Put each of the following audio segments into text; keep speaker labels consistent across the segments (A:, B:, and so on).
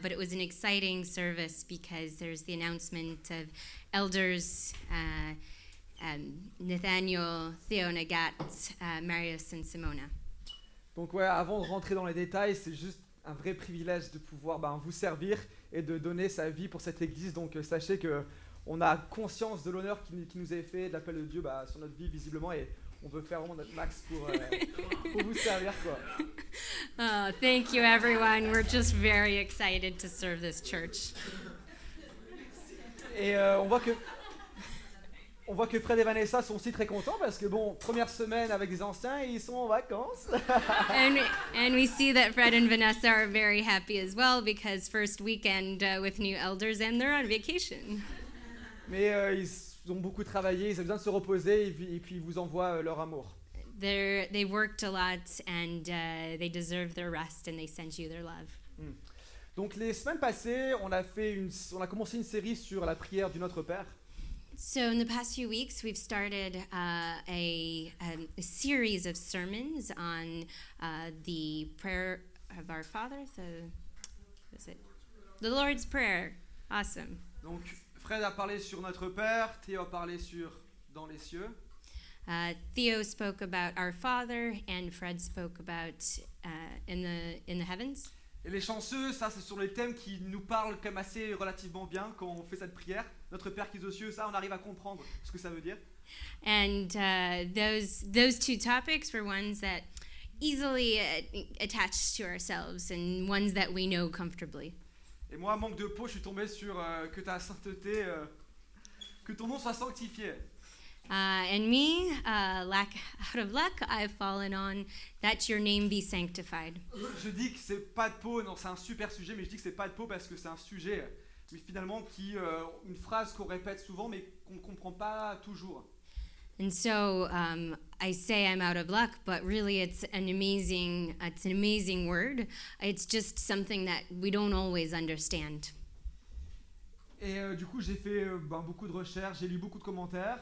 A: but it was an exciting service because there's the announcement of elders uh, um, Nathaniel, Theonagat, uh, Marius, and Simona.
B: Donc ouais, avant de rentrer dans les détails, c'est juste un vrai privilège de pouvoir ben, vous servir et de donner sa vie pour cette Église. Donc euh, sachez que on a conscience de l'honneur qui, qui nous est fait, de l'appel de Dieu bah, sur notre vie visiblement, et on veut faire vraiment notre max pour, euh, pour vous servir quoi.
A: Oh, thank you, everyone. We're just very excited to serve this church.
B: Et euh, on voit que on voit que Fred et Vanessa sont aussi très contents parce que bon, première semaine avec des anciens, ils sont en vacances.
A: And, and we see that Fred and Vanessa are very happy as well because first weekend uh, with new elders and they're on vacation.
B: Mais euh, ils ont beaucoup travaillé, ils ont besoin de se reposer et, puis- et puis ils vous envoient euh, leur amour.
A: They're, they worked a lot and uh, they deserve their rest and they send you their love.
B: Donc les semaines passées, on a fait une, on a commencé une série sur la prière du Notre Père.
A: So, in the past few weeks, we've started uh, a, um, a series of sermons on uh, the prayer of our Father. The, what is it? the Lord's Prayer. Awesome.
B: Donc Fred a parlé sur Notre Père, Théo a parlé sur dans les cieux.
A: Uh, Theo spoke about our Father, and Fred spoke about uh, in the in the heavens.
B: Et les chanceux, ça c'est sur les thèmes qui nous parlent comme assez relativement bien quand on fait cette prière. Notre Père qui est aux cieux, ça on arrive à comprendre ce que ça veut dire.
A: And uh, those those two topics were ones that easily uh, attached to ourselves, and ones that we know comfortably.
B: Et moi, manque de peau, je suis tombé sur euh, que ta sainteté, euh, que ton nom soit sanctifié.
A: Uh, and me, uh, lack out of luck, I've fallen on that your name be sanctified.
B: Je dis que c'est pas de peau, non, c'est un super sujet, mais je dis que c'est pas de peau parce que c'est un sujet, euh, mais finalement qui, euh, une phrase qu'on répète souvent, mais qu'on ne comprend pas toujours.
A: And so um, I say I'm out of luck, but really it's an amazing it's an amazing word. It's just something that we don't always understand.
B: Et euh, du coup, j'ai fait euh, ben, beaucoup de recherches, j'ai lu beaucoup de commentaires,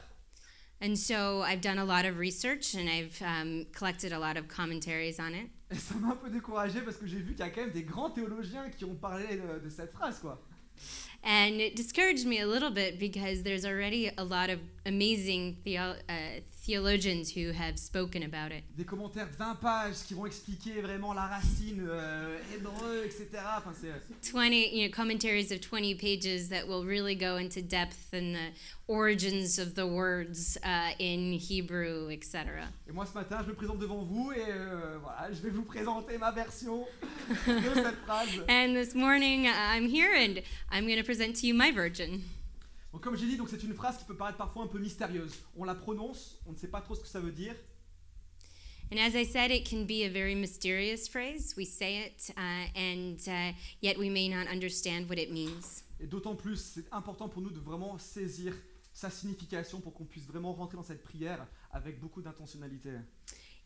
A: And so I've done a lot of research and I've um, collected a lot of commentaries on it.
B: et ça m'a un peu découragé parce que j'ai vu qu'il y a quand même des grands théologiens qui ont parlé de, de cette phrase, quoi.
A: And it discouraged me a little bit because there's already a lot of amazing theo- uh, theologians who have spoken about it.
B: Des commentaires de 20 pages qui vont expliquer vraiment la racine euh, hébreu, etc. Enfin, c'est.
A: 20 you know commentaries of 20 pages that will really go into depth and the origins of the words uh, in hebrew etc
B: Et moi ce matin, je me présente devant vous et euh, voilà, je vais vous présenter ma version de cette phrase.
A: and this morning uh, i'm here and i'm going to present to you my virgin
B: Donc, comme j'ai dit, donc c'est une phrase qui peut paraître parfois un peu mystérieuse. On la prononce, on ne sait pas trop ce que ça veut dire.
A: and as i said it can be a very mysterious phrase we say it uh, and uh, yet we may not understand what it means
B: Et d'autant plus, c'est important pour nous de vraiment saisir sa signification pour qu'on puisse vraiment rentrer dans cette prière avec beaucoup d'intentionnalité.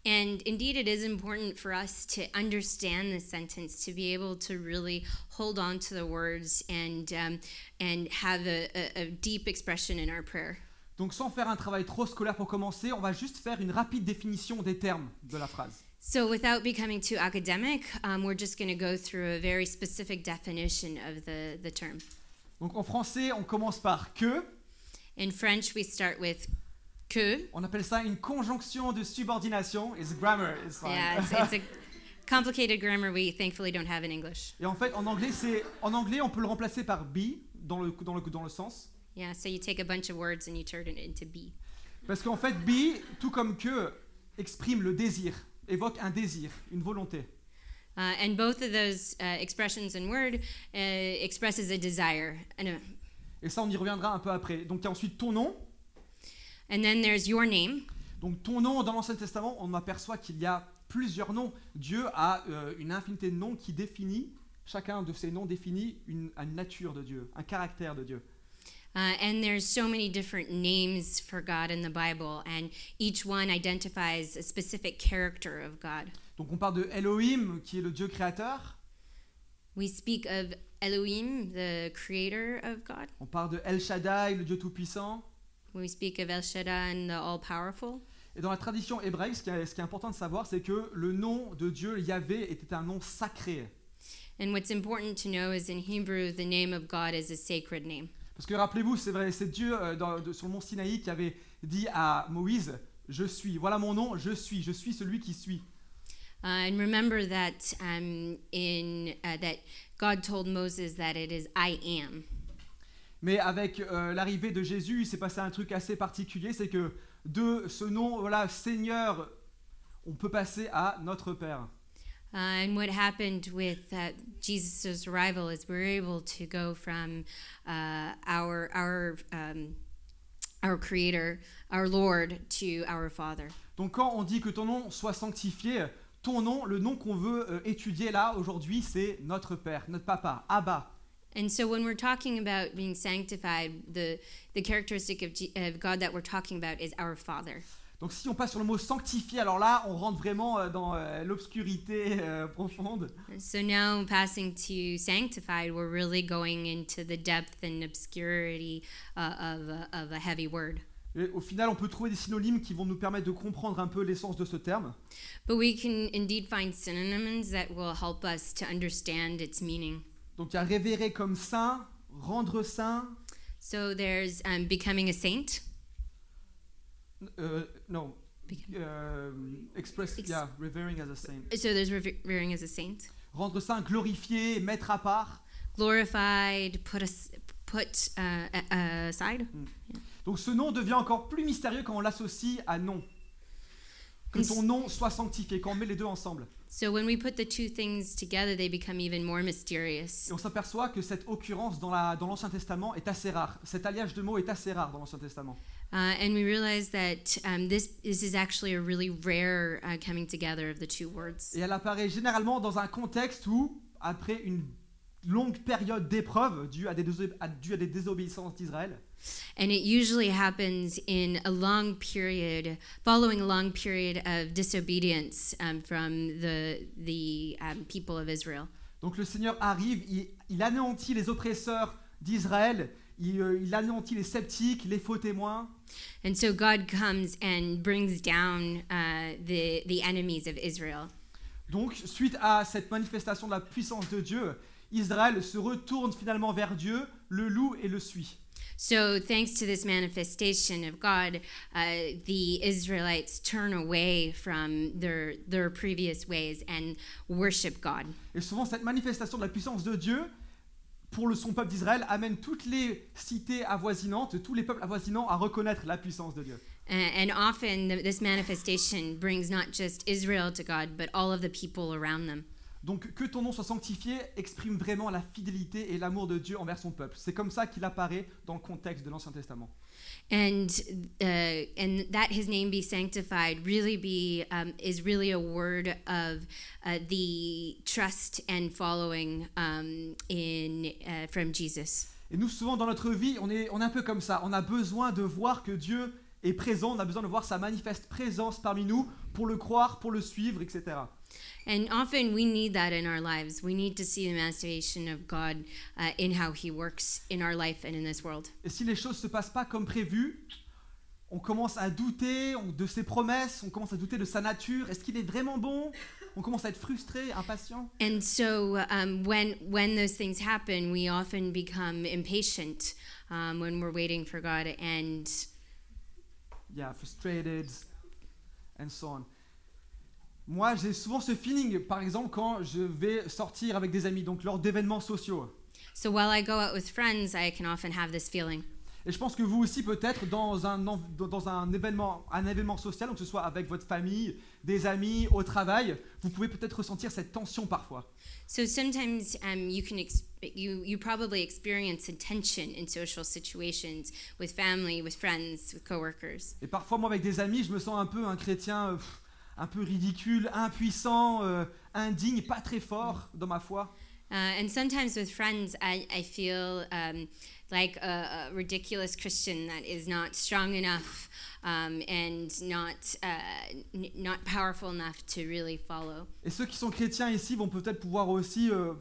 A: and indeed, it is important for us to understand this sentence, to be able to really hold on to the words and um, and have a, a, a deep expression in our prayer.
B: Donc sans faire un travail trop scolaire pour commencer, on va juste faire une rapide définition des termes de la phrase.
A: So, without becoming too academic, um, we're just going to go through a very specific definition of the the term.
B: Donc en français, on commence par que,
A: In French, we start with que.
B: on appelle ça une conjonction de subordination, it's grammar, it's fine.
A: Yeah, it's, it's a complicated grammar we thankfully don't have in English.
B: Et en fait, en anglais, c'est en anglais, on peut le remplacer par be dans le dans le dans le sens
A: Yeah, so you take a bunch of words and you turn it into be.
B: parce qu'en fait, be tout comme que exprime le désir, évoque un désir, une volonté.
A: Uh, and both of those uh, expressions in word uh, expresses a desire. And, uh, a,
B: Et ça, on y reviendra un peu après. Donc, il y a ensuite ton nom.
A: and then there's your name.
B: Donc, ton nom dans l'Ancien Testament, on aperçoit qu'il y a plusieurs noms. Dieu a euh, une infinité de noms qui définit chacun de ces noms définit une, une nature de Dieu, un caractère de Dieu.
A: Uh, and there's so many different names for God in the Bible, and each one identifies a specific character of God.
B: Donc, on parle de Elohim, qui est le Dieu créateur.
A: We speak of Elohim, the creator of God.
B: On parle de El Shaddai, le Dieu tout-puissant.
A: We speak of El Shaddai, the all powerful.
B: Et dans la tradition hébraïque, ce qui est, ce qui est important de savoir, c'est que le nom de Dieu, Yahvé, était un nom sacré.
A: And what's important to know is in Hebrew, the name of God is a sacred name.
B: Parce que rappelez-vous, c'est vrai, c'est Dieu euh, dans- de- sur le mont Sinaï qui avait dit à Moïse, je suis, voilà mon nom, je suis, je suis celui qui suis.
A: Uh, and remember that um, in uh, that God told Moses that it is I am.
B: Mais avec euh, l'arrivée de Jésus, il s'est passé un truc assez particulier, c'est que de ce nom, voilà, Seigneur, on peut passer à notre Père.
A: Uh, and what happened with uh, Jesus' arrival is we were able to go from uh, our our um, our Creator, our Lord, to our Father.
B: Donc quand on dit que ton nom soit sanctifié, ton nom, le nom qu'on veut euh, étudier là aujourd'hui, c'est notre Père, notre Papa, Abba.
A: And so when we're talking about being sanctified, the the characteristic of, G- of God that we're talking about is our Father.
B: Donc si on passe sur le mot sanctifié, alors là, on rentre vraiment euh, dans euh, l'obscurité euh, profonde.
A: So now passing to sanctified, we're really going into the depth and obscurity uh, of, a, of a heavy word.
B: Et au final, on peut trouver des synonymes qui vont nous permettre de comprendre un peu l'essence de ce terme.
A: But we can indeed find synonyms that will help us to understand its meaning.
B: Donc il y a révérer comme saint, rendre saint,
A: So there's um, becoming a saint,
B: euh, non,
A: Become-
B: euh, express,
A: Ex-
B: yeah, revering as a saint.
A: so there's revering as a saint,
B: Rendre saint, glorifier, mettre à part.
A: glorified, put as, put uh, a- aside.
B: Donc ce nom devient encore plus mystérieux quand on l'associe à nom. Que ton nom soit sanctifié, quand on met les deux ensemble.
A: So when we put the two things together, they become even more mysterious.
B: Et on s'aperçoit que cette occurrence dans la- dans l'Ancien Testament est assez rare. Cet alliage de mots est assez rare dans l'Ancien Testament.
A: Uh, and we realize that um, this, this is actually a really rare uh, coming together of the two words.
B: Et elle apparaît généralement dans un contexte où, après une longue période d'épreuve due à des, déso- à- due à des désobéissances d'Israël,
A: And it usually happens in a long period, following a long period of disobedience um, from the, the um, people of Israel.
B: donc le Seigneur arrive, il, il anéantit les oppresseurs d'Israël, il, euh, il anéantit les sceptiques, les faux témoins,
A: And so God comes and brings down uh, the, the enemies of Israel.
B: Donc, suite à cette manifestation de la puissance de Dieu, Israël se retourne finalement vers Dieu, le loue et le suit.
A: So, thanks to this manifestation of God, uh, the Israelites turn away from their, their previous ways and worship God.
B: Et souvent, cette manifestation de la puissance de Dieu pour le, son peuple d'Israël amène toutes les cités avoisinantes, tous les peuples avoisinants à reconnaître la puissance de Dieu.
A: A- And often, th- this manifestation brings not just Israel to God, but all of the people around them.
B: Donc, que ton nom soit sanctifié exprime vraiment la fidélité et l'amour de Dieu envers son peuple. C'est comme ça qu'il apparaît dans le contexte de l'Ancien Testament.
A: And uh, and that His name be sanctified really be um, is really a word of uh, the trust and following um, in uh, from Jesus.
B: Et nous, souvent, dans notre vie, on est, on est un peu comme ça. On a besoin de voir que Dieu est présent, on a besoin de voir sa manifeste présence parmi nous pour le croire, pour le suivre, etc.
A: And often we need that in our lives. We need to see the manifestation of God uh, in how He works in our life and in this world.
B: Et si les choses ne se passent pas comme prévu, on commence à douter on- de ses promesses, on commence à douter de sa nature. Est-ce qu'il est vraiment bon On commence à être frustré, impatient.
A: And so um, when when those things happen, we often become impatient um, when we're waiting for God. And
B: Yeah, frustrated, and so on. Moi, j'ai souvent ce feeling, par exemple, quand je vais sortir avec des amis, donc lors d'événements sociaux.
A: so while I go out with friends, I can often have this feeling.
B: Et je pense que vous aussi, peut-être, dans, un, env- dans- dans un, événement, un événement social, donc que ce soit avec votre famille, des amis, au travail, vous pouvez peut-être ressentir cette tension parfois.
A: So sometimes um, you can ex- you you probably experience a tension in social situations with family, with friends, with coworkers.
B: Et parfois, moi, avec des amis, je me sens un peu un chrétien euh, pff, un peu ridicule, impuissant, euh, indigne, pas très fort dans ma foi.
A: Uh, and sometimes with friends, I, I feel um, like a, a ridiculous Christian that is not strong enough um, and not uh, n- not powerful enough to really follow.
B: Et ceux qui sont chrétiens ici vont peut-être pouvoir aussi euh,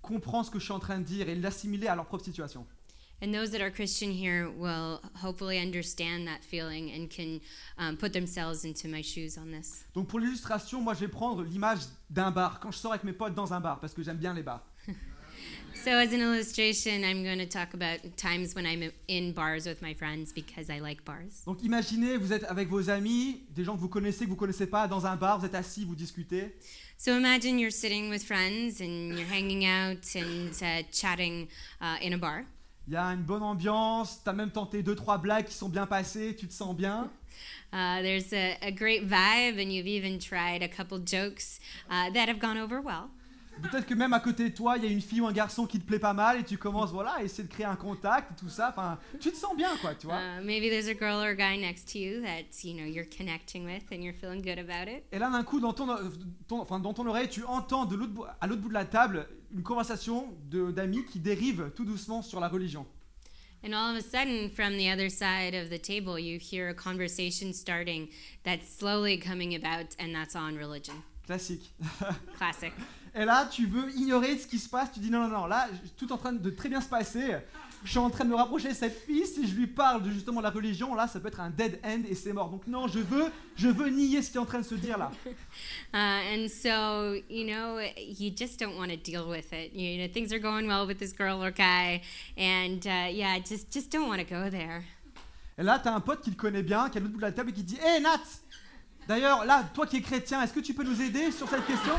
B: comprendre ce que je suis en train de dire et l'assimiler à leur propre situation.
A: And those that are Christian here will hopefully understand that feeling and can um, put themselves into my shoes on this.
B: Donc, pour l'illustration, moi, je vais prendre l'image d'un bar, quand je sors avec mes potes dans un bar, parce que j'aime bien les bars.
A: So, as an illustration, I'm going to talk about times when I'm in bars with my friends because I like bars.
B: Donc imaginez, vous êtes avec vos amis, des gens que vous connaissez, que vous connaissez pas, dans un bar, vous êtes assis, vous discutez.
A: So, imagine you're sitting with friends and you're hanging out and uh, chatting uh, in a bar.
B: Il y a une bonne ambiance, t'as même tenté deux trois blagues qui sont bien passées, tu te sens bien.
A: Uh, there's a, a great vibe, and you've even tried a couple jokes uh, that have gone over well.
B: Peut-être que même à côté de toi, il y a une fille ou un garçon qui te plaît pas mal et tu commences voilà, à essayer de créer un contact et tout ça. Enfin, tu te sens bien quoi, tu vois.
A: Uh, maybe there's a girl or a guy next to you that you know you're connecting with, and you're feeling good about it.
B: Et là d'un coup dans ton, euh, ton- enfin, dans ton oreille, tu entends de l'autre bo- à l'autre bout de la table une conversation de- d'amis qui dérive tout doucement sur la religion.
A: And all of a sudden, from the other side of the table, you hear a conversation starting that's slowly coming about, and that's on religion.
B: Classique.
A: Classic.
B: Et là, tu veux ignorer ce qui se passe, tu dis non, non, non, là, je- tout est en train de très bien se passer, je suis en train de me rapprocher de cette fille, si je lui parle de justement de la religion, là, ça peut être un dead end et c'est mort. Donc non, je veux, je veux nier ce qui est en train de se dire là.
A: Uh, and so, you know, you just don't want to deal with it. You know, things are going well with this girl or guy, and uh, yeah, just just don't want to go there.
B: Et là, t'as un pote qui le connaît bien, qui est à l'autre bout de la table et qui dit, hé Nat D'ailleurs, là, toi qui es chrétien, est-ce que tu peux nous aider sur cette question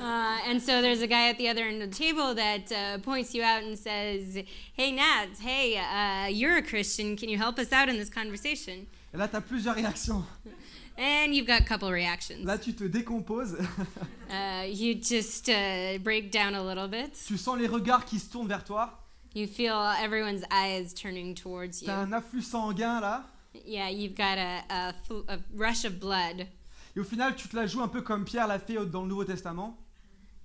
A: Uh, and so there's a guy at the other end of the table that uh, points you out and says, "Hey, Nat, hey, uh, you're a Christian. Can you help us out in this conversation?"
B: Et là, t'as plusieurs réactions.
A: And you've got a couple reactions.
B: Là, tu te décomposes,
A: Uh, you just uh, break down a little bit.
B: tu sens les regards qui se tournent vers toi,
A: You feel everyone's eyes turning towards
B: t'as
A: you.
B: un afflux sanguin là,
A: Yeah, you've got a, a, fl- a rush of blood.
B: et au final, tu te la joues un peu comme Pierre l'a fait dans le Nouveau Testament.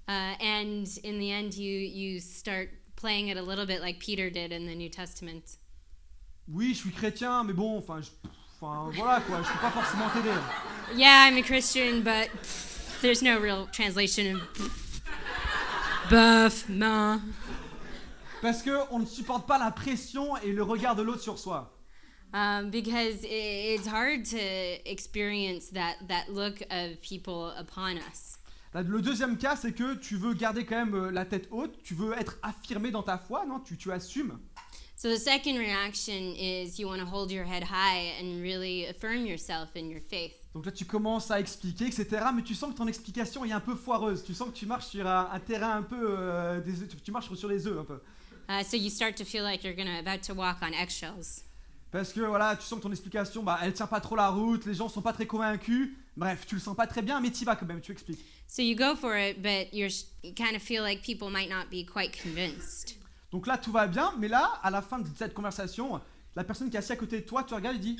A: Uh, and in the end, you, you start playing it a little bit like Peter did in the New Testament.
B: Oui, je suis chrétien, mais bon, enfin, je- enfin, voilà quoi, je peux pas forcément t'aider.
A: Yeah, I'm a Christian, but pff, there's no real translation of pff, buff, ma.
B: Parce que on ne supporte pas la pression et le regard de l'autre sur soi.
A: Um, because i it's hard to experience that, that look of people upon us.
B: Là, Bah, Le deuxième cas, c'est que tu veux garder quand même euh, la tête haute, tu veux être affirmé dans ta foi, non tu, tu assumes.
A: So the second reaction is you want to hold your head high and really affirm yourself in your faith.
B: Donc là, tu commences à expliquer, etc. Mais tu sens que ton explication est un peu foireuse. Tu sens que tu marches sur un, un terrain un peu. euh, des- tu, tu marches sur les œufs un peu.
A: Uh, so you start to feel like you're gonna about to walk on eggshells.
B: Parce que voilà, tu sens que ton explication, bah, elle tient pas trop la route, les gens sont pas très convaincus. Bref, tu le sens pas très bien, mais t'y vas quand même, tu expliques.
A: So you go for it, but you're, s- you kind of feel like people might not be quite convinced.
B: Donc là, tout va bien, mais là, à la fin de cette conversation, la personne qui est assise à côté de toi, tu regardes et dis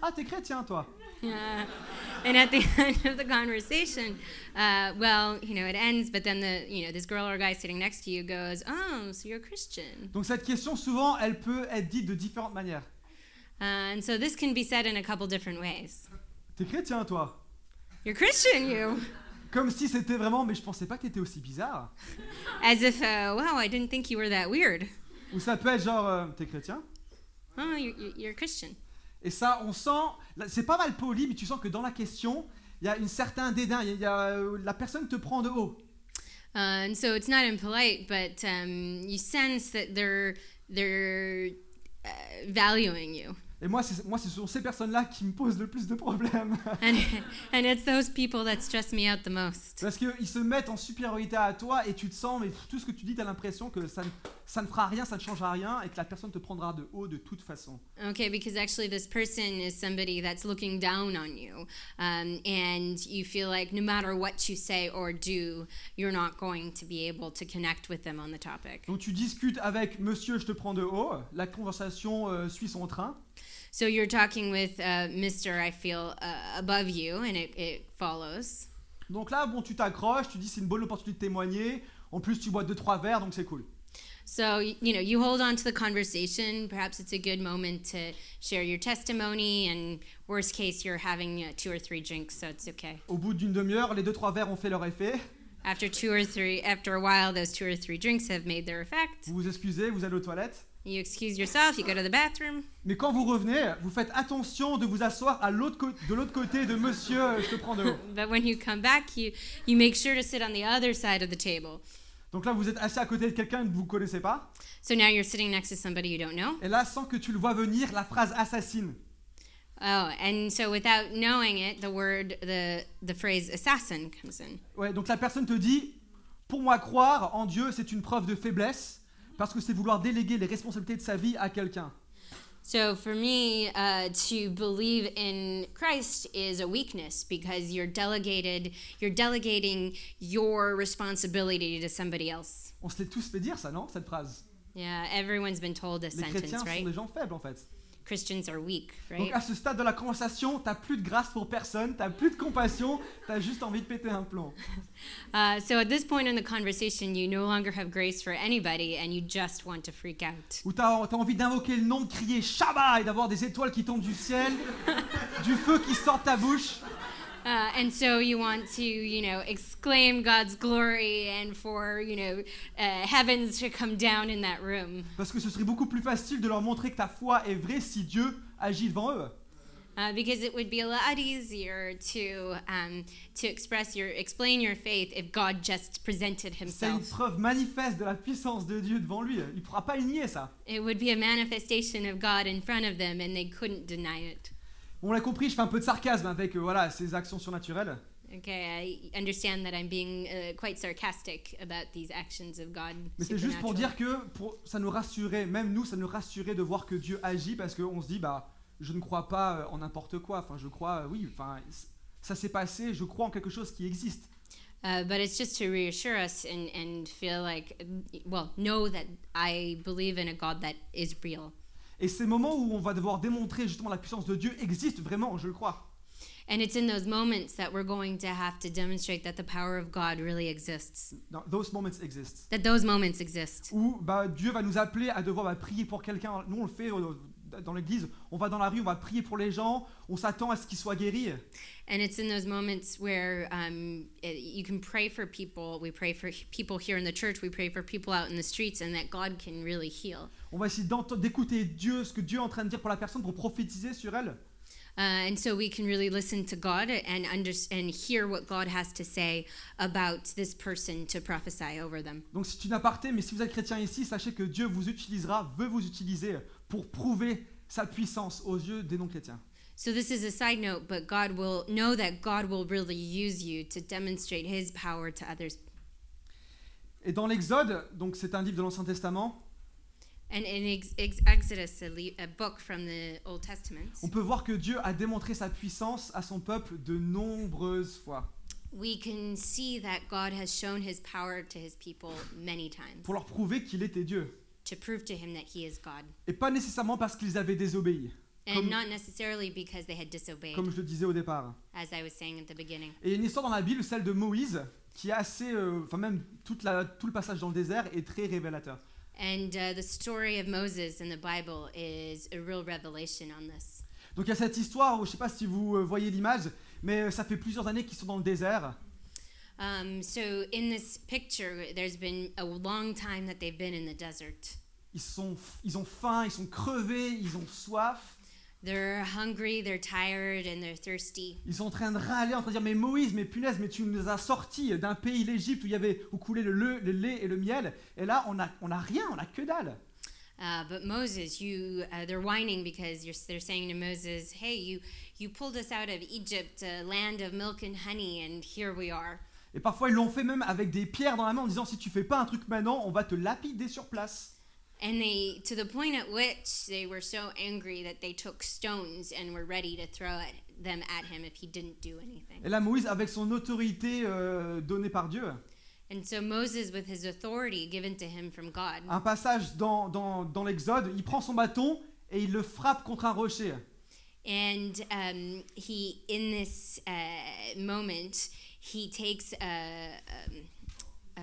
B: Ah, t'es chrétien, toi
A: Uh, and at the end of the conversation, uh, well, you know, it ends, but then the, you know, this girl or guy sitting next to you goes, oh, so you're a Christian.
B: Donc cette question, souvent, elle peut être dite de différentes manières.
A: Uh, and so this can be said in a couple different ways.
B: T'es chrétien, toi
A: You're Christian, you.
B: Comme si c'était vraiment, mais je pensais pas que t'étais aussi bizarre.
A: As if, uh, wow, I didn't think you were that weird.
B: Ou ça peut être genre, euh, t'es chrétien
A: Oh, you're, you're- you're a Christian.
B: Et ça, on sent, là, c'est pas mal poli, mais tu sens que dans la question, il y a une certain dédain, il y a- il y a, euh, la personne te prend de haut.
A: Uh, and so it's not impolite, but um, you sense that they're they're uh, valuing you,
B: Et moi, c'est- moi, ce sont ces personnes-là qui me posent le plus de problèmes.
A: and and it's those people that stress me out the most.
B: Parce qu'ils se mettent en supériorité à toi et tu te sens, mais tout ce que tu dis, t'as l'impression que ça ne, ça ne fera rien, ça ne changera rien et que la personne te prendra de haut de toute façon.
A: Okay, because actually this person is somebody that's looking down on you, um, and you feel like no matter what you say or do, you're not going to be able to connect with them on the topic.
B: Donc tu discutes avec monsieur, je te prends de haut, la conversation euh, suit son train.
A: So you're talking with uh, Mister. I feel uh, above you, and it, it follows.
B: Donc là, bon, tu t'accroches, tu dis c'est une bonne opportunité de témoigner. En plus, tu bois deux trois verres, donc c'est cool.
A: So, y- you know, you hold on to the conversation. Perhaps it's a good moment to share your testimony. And worst case, you're having uh, two or three drinks, so it's okay.
B: Au bout d'une demi-heure, les deux trois verres ont fait leur effet.
A: After two or three, after a while, those two or three drinks have made their effect.
B: Vous vous excusez, vous allez aux toilettes.
A: You excuse yourself, you go to the bathroom.
B: Mais quand vous revenez, vous faites attention de vous asseoir à l'autre cô- de l'autre côté de monsieur, euh, je te prends de haut.
A: But when you come back, you, you make sure to sit on the other side of the table.
B: Donc là, vous êtes assis à côté de quelqu'un que vous ne connaissez pas.
A: So now you're sitting next to somebody you don't know.
B: Et là, sans que tu le vois venir, la phrase assassine.
A: Oh, and so without knowing it, the word, the, the phrase assassin comes in.
B: Ouais, donc la personne te dit, pour moi, croire en Dieu, c'est une preuve de faiblesse, parce que c'est vouloir déléguer les responsabilités de sa vie à quelqu'un.
A: So for me, uh, to believe in Christ is a weakness because you're delegated, you're delegating your responsibility to somebody else.
B: On se l'est tous fait dire ça, non Cette phrase.
A: Yeah, everyone's been told this
B: Les chrétiens
A: sentence,
B: sont
A: right?
B: des gens faibles, en fait.
A: Christians are weak,
B: Donc
A: right?
B: à ce stade de la conversation, t'as plus de grâce pour personne, t'as plus de compassion, t'as juste envie de péter un plomb.
A: Uh, so at this point in the conversation, you no longer have grace for anybody and you just want to freak out.
B: Ou t'as t'as envie d'invoquer le nom, de crier Shabbat et d'avoir des étoiles qui tombent du ciel, du feu qui sort de ta bouche.
A: Uh, and so you want to, you know, exclaim God's glory and for, you know, uh, heavens to come down in that room.
B: Parce que ce serait beaucoup plus facile de leur montrer que ta foi est vraie si Dieu agit devant eux.
A: Uh, because it would be a lot easier to um, to express your explain your faith if God just presented
B: C'est une
A: Himself.
B: preuve manifeste de la puissance de Dieu devant lui. Il ne pourra pas le nier ça.
A: It would be a manifestation of God in front of them, and they couldn't deny it.
B: On l'a compris, je fais un peu de sarcasme avec euh, voilà, ces actions surnaturelles.
A: Okay, I understand that I'm being uh, quite sarcastic about these actions of God.
B: Mais c'est juste pour
A: supernatural.
B: dire que pour, ça nous rassurait, même nous, ça nous rassurait de voir que Dieu agit parce qu'on se dit, bah, je ne crois pas euh, en n'importe quoi. Enfin, je crois, euh, oui, enfin, c- ça s'est passé, je crois en quelque chose qui existe.
A: Uh, but it's just to reassure us and, and feel like, well, know that I believe in a God that is real.
B: Et ces moments où on va devoir démontrer justement la puissance de Dieu existe vraiment, je le crois.
A: And it's in those moments that we're going to have to demonstrate that the power of God really exists,
B: Dans- those moments exist.
A: that those moments exist.
B: Où bah, Dieu va nous appeler à devoir bah, prier pour quelqu'un. Nous, on le fait euh, dans l'église. On va dans la rue, on va prier pour les gens. On s'attend à ce qu'ils soient guéris.
A: And it's in those moments where um, it, you can pray for people. We pray for people here in the church, we pray for people out in the streets, and that God can really heal.
B: On va essayer d'ent- d'écouter Dieu, ce que Dieu est en train de dire pour la personne, pour prophétiser sur elle.
A: Uh, and so we can really listen to God and, under- and hear what God has to say about this person to prophesy over them.
B: Donc c'est une aparté, mais si vous êtes chrétien ici, sachez que Dieu vous utilisera, veut vous utiliser pour prouver sa puissance aux yeux des non-chrétiens.
A: So this is a side note, but God will know that God will really use you to demonstrate His power to others.
B: Et dans l'Exode, donc c'est un livre de l'Ancien Testament,
A: And in ex- ex- Exodus, a, le- a book from the Old Testament,
B: on peut voir que Dieu a démontré sa puissance à son peuple de nombreuses fois,
A: we can see that God has shown His power to His people many times
B: pour leur prouver qu'il était Dieu.
A: to prove to Him that He is God,
B: Et pas nécessairement parce qu'ils avaient désobéi,
A: and
B: Comme-
A: not necessarily because they had disobeyed,
B: comme je le disais au départ.
A: as I was saying at the beginning.
B: Et il y a une histoire dans la Bible, celle de Moïse, qui est assez, euh, enfin même toute la- tout le passage dans le désert est très révélateur.
A: And uh, the story of Moses in the Bible is a real revelation on this.
B: Donc il y a cette histoire, où, je ne sais pas si vous euh, voyez l'image, mais euh, ça fait plusieurs années qu'ils sont dans le désert.
A: Um, so in this picture, there's been a long time that they've been in the desert.
B: Ils, sont, ils ont faim, ils sont crevés, ils ont soif.
A: They're hungry, they're tired, and they're thirsty.
B: Ils sont en train de râler, en train de dire Mais Moïse, mais punaise, mais tu nous as sortis d'un pays, l'Égypte, où il y avait où coulait le, le- le lait et le miel. Et là, on a, on a rien, on a que dalle.
A: Uh, but Moses, you, uh, they're whining because you're, they're saying to Moses, "Hey, you, you pulled us out of Egypt, a land of milk and honey, and here we are."
B: Et parfois, ils l'ont fait même avec des pierres dans la main en disant Si tu fais pas un truc maintenant, on va te lapider sur place.
A: And they, to the point at which they were so angry that they took stones and were ready to throw at, them at him if he didn't do anything.
B: Et là, Moïse, avec son autorité euh, donnée par Dieu,
A: And so Moses, with his authority given to him from God,
B: un passage dans, dans, dans l'Exode, il prend son bâton et il le frappe contre un rocher.
A: and um, he, in this uh, moment, he takes a, um, a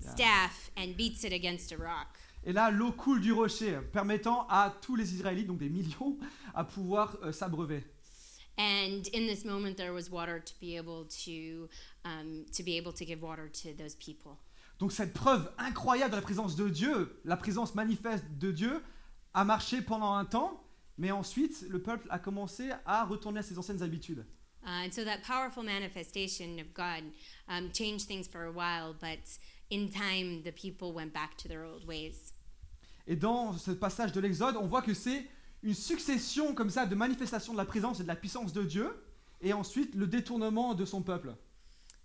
A: staff and beats it against a rock.
B: Et là, l'eau coule du rocher, permettant à tous les Israélites, donc des millions, à pouvoir euh, s'abreuver.
A: And in this moment, there was water to be able to um, to be able to give water to those people.
B: Donc cette preuve incroyable de la présence de Dieu, la présence manifeste de Dieu, a marché pendant un temps, mais ensuite le peuple a commencé à retourner à ses anciennes habitudes.
A: Uh, and so that powerful manifestation of God um, changed things for a while, but in time, the people went back to their old ways.
B: Et dans ce passage de l'Exode, on voit que c'est une succession comme ça de manifestations de la présence et de la puissance de Dieu, et ensuite le détournement de son peuple.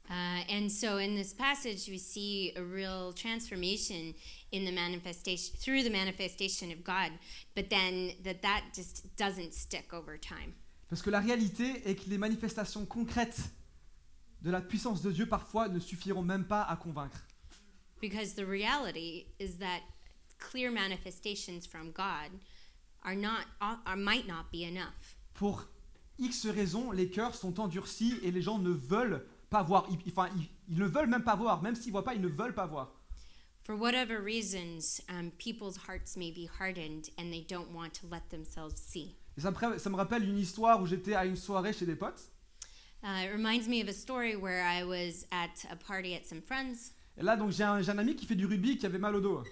A: Uh, and so in this passage, we see a real transformation in the manifestation through the manifestation of God, but then that that just doesn't stick over time.
B: Parce que la réalité est que les manifestations concrètes de la puissance de Dieu parfois ne suffiront même pas à convaincre.
A: Because the reality is that clear manifestations from God are not are, might not be enough.
B: Pour X raisons, les cœurs sont endurcis et les gens ne veulent pas voir. Ils- Enfin, ils, ils ne veulent même pas voir. Même s'ils voient pas, ils ne veulent pas voir.
A: For whatever reasons, um, people's hearts may be hardened and they don't want to let themselves see.
B: Et ça, me ra- ça me rappelle une histoire où j'étais à une soirée chez des potes.
A: Uh, it reminds me of a story where I was at a party at some friends,
B: Et là, donc, j'ai un, j'ai un ami qui fait du rugby qui avait mal au dos.
A: uh,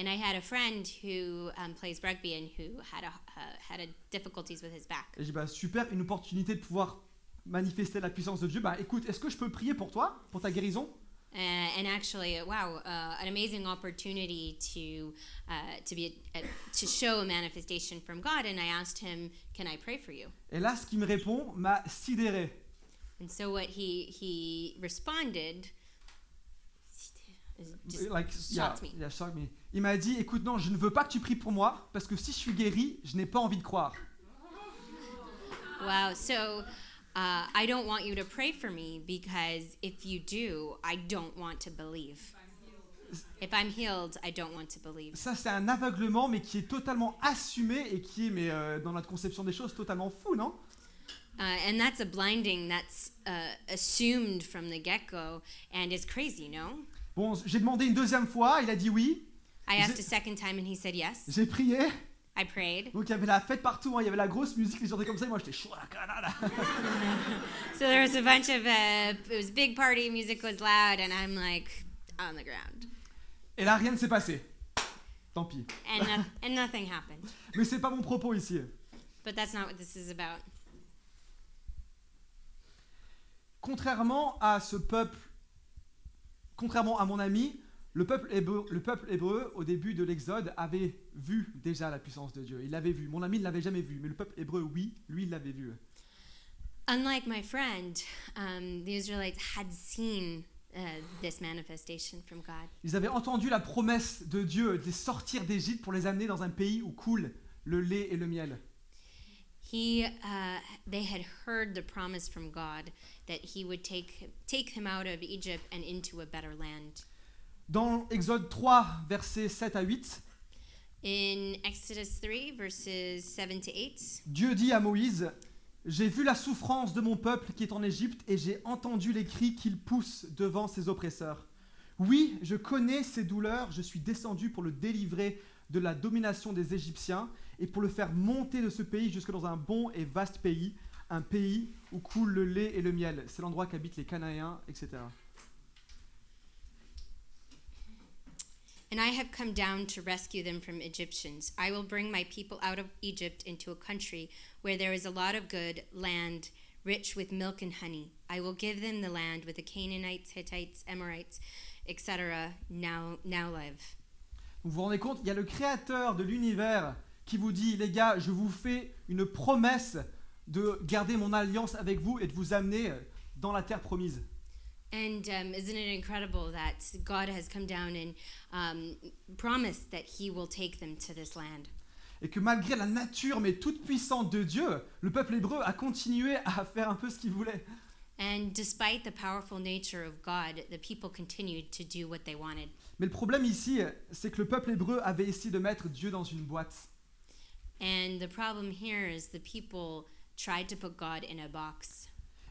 A: and I had a friend who um, plays rugby and who had a, uh, had a difficulties with his back.
B: Et j'ai dit, bah, super, une opportunité de pouvoir manifester la puissance de Dieu. Bah, écoute, est-ce que je peux prier pour toi, pour ta guérison
A: Uh, and actually, wow, uh, an amazing opportunity to uh, to be a, to show a manifestation from God. And I asked him, "Can I pray for you?"
B: Et là, ce qu'il me répond m'a sidéré.
A: And so what he he responded is just-
B: Like, yeah,
A: shocked me.
B: yeah, shocked me. Il m'a dit, écoute, non, je ne veux pas que tu pries pour moi, parce que si je suis guéri, je n'ai pas envie de croire.
A: wow. So uh, I don't want you to pray for me because if you do, I don't want to believe. If I'm healed, I don't want to believe.
B: Ça, c'est un aveuglement, mais qui est totalement assumé et qui est, mais euh, dans notre conception des choses, totalement fou, non
A: Uh, and that's a blinding that's uh, assumed from the get go and is crazy, no?
B: Bon, j'ai demandé une deuxième fois, il a dit oui,
A: I
B: Is
A: asked
B: it-
A: a second time and he said yes.
B: j'ai prié.
A: I prayed.
B: Donc il y avait la fête partout, hein, il y avait la grosse musique, les gens étaient comme ça, et moi j'étais chaud, là, là, là.
A: So there was a bunch of, uh, it was big party, music was loud, and I'm like on the ground.
B: Et là, rien ne s'est passé. Tant pis.
A: And, no- and nothing happened.
B: Mais c'est pas mon propos ici.
A: But that's not what this is about.
B: Contrairement à ce peuple, contrairement à mon ami, le peuple hébreu, le peuple hébreu, au début de l'Exode avait vu déjà la puissance de Dieu. Il l'avait vu. Mon ami ne l'avait jamais vu, mais le peuple hébreu, oui, lui, il l'avait vu.
A: Unlike my friend, um, the Israelites had seen uh, this manifestation from God.
B: Ils avaient entendu la promesse de Dieu de les sortir d'Égypte pour les amener dans un pays où coule le lait et le miel.
A: He, uh, they had heard the promise from God that He would take take him out of Egypt and into a better land.
B: Dans Exode 3, versets 7 à 8,
A: In Exodus three verses seven to eight,
B: Dieu dit à Moïse, J'ai vu la souffrance de mon peuple qui est en Égypte et j'ai entendu les cris qu'il pousse devant ses oppresseurs. Oui, je connais ses douleurs, je suis descendu pour le délivrer de la domination des Égyptiens et pour le faire monter de ce pays jusque dans un bon et vaste pays, un pays où coule le lait et le miel. C'est l'endroit qu'habitent les Cananéens, etc.
A: And I have come down to rescue them from Egyptians. I will bring my people out of Egypt into a country where there is a lot of good land, rich with milk and honey. I will give them the land with the Canaanites, Hittites, Amorites, etc. Now, now live.
B: Vous vous rendez compte, il y a le créateur de l'univers qui vous dit, les gars, je vous fais une promesse de garder mon alliance avec vous et de vous amener euh, dans la terre promise.
A: And um, isn't it incredible that God has come down and um, promised that He will take them to this land?
B: Et que malgré la nature mais toute puissante de Dieu, le peuple hébreu a continué à faire un peu ce qu'il voulait.
A: And despite the powerful nature of God, the people continued to do what they wanted.
B: Mais le problème ici, euh, c'est que le peuple hébreu avait essayé de mettre Dieu dans une boîte.
A: And the problem here is the people tried to put God in a box.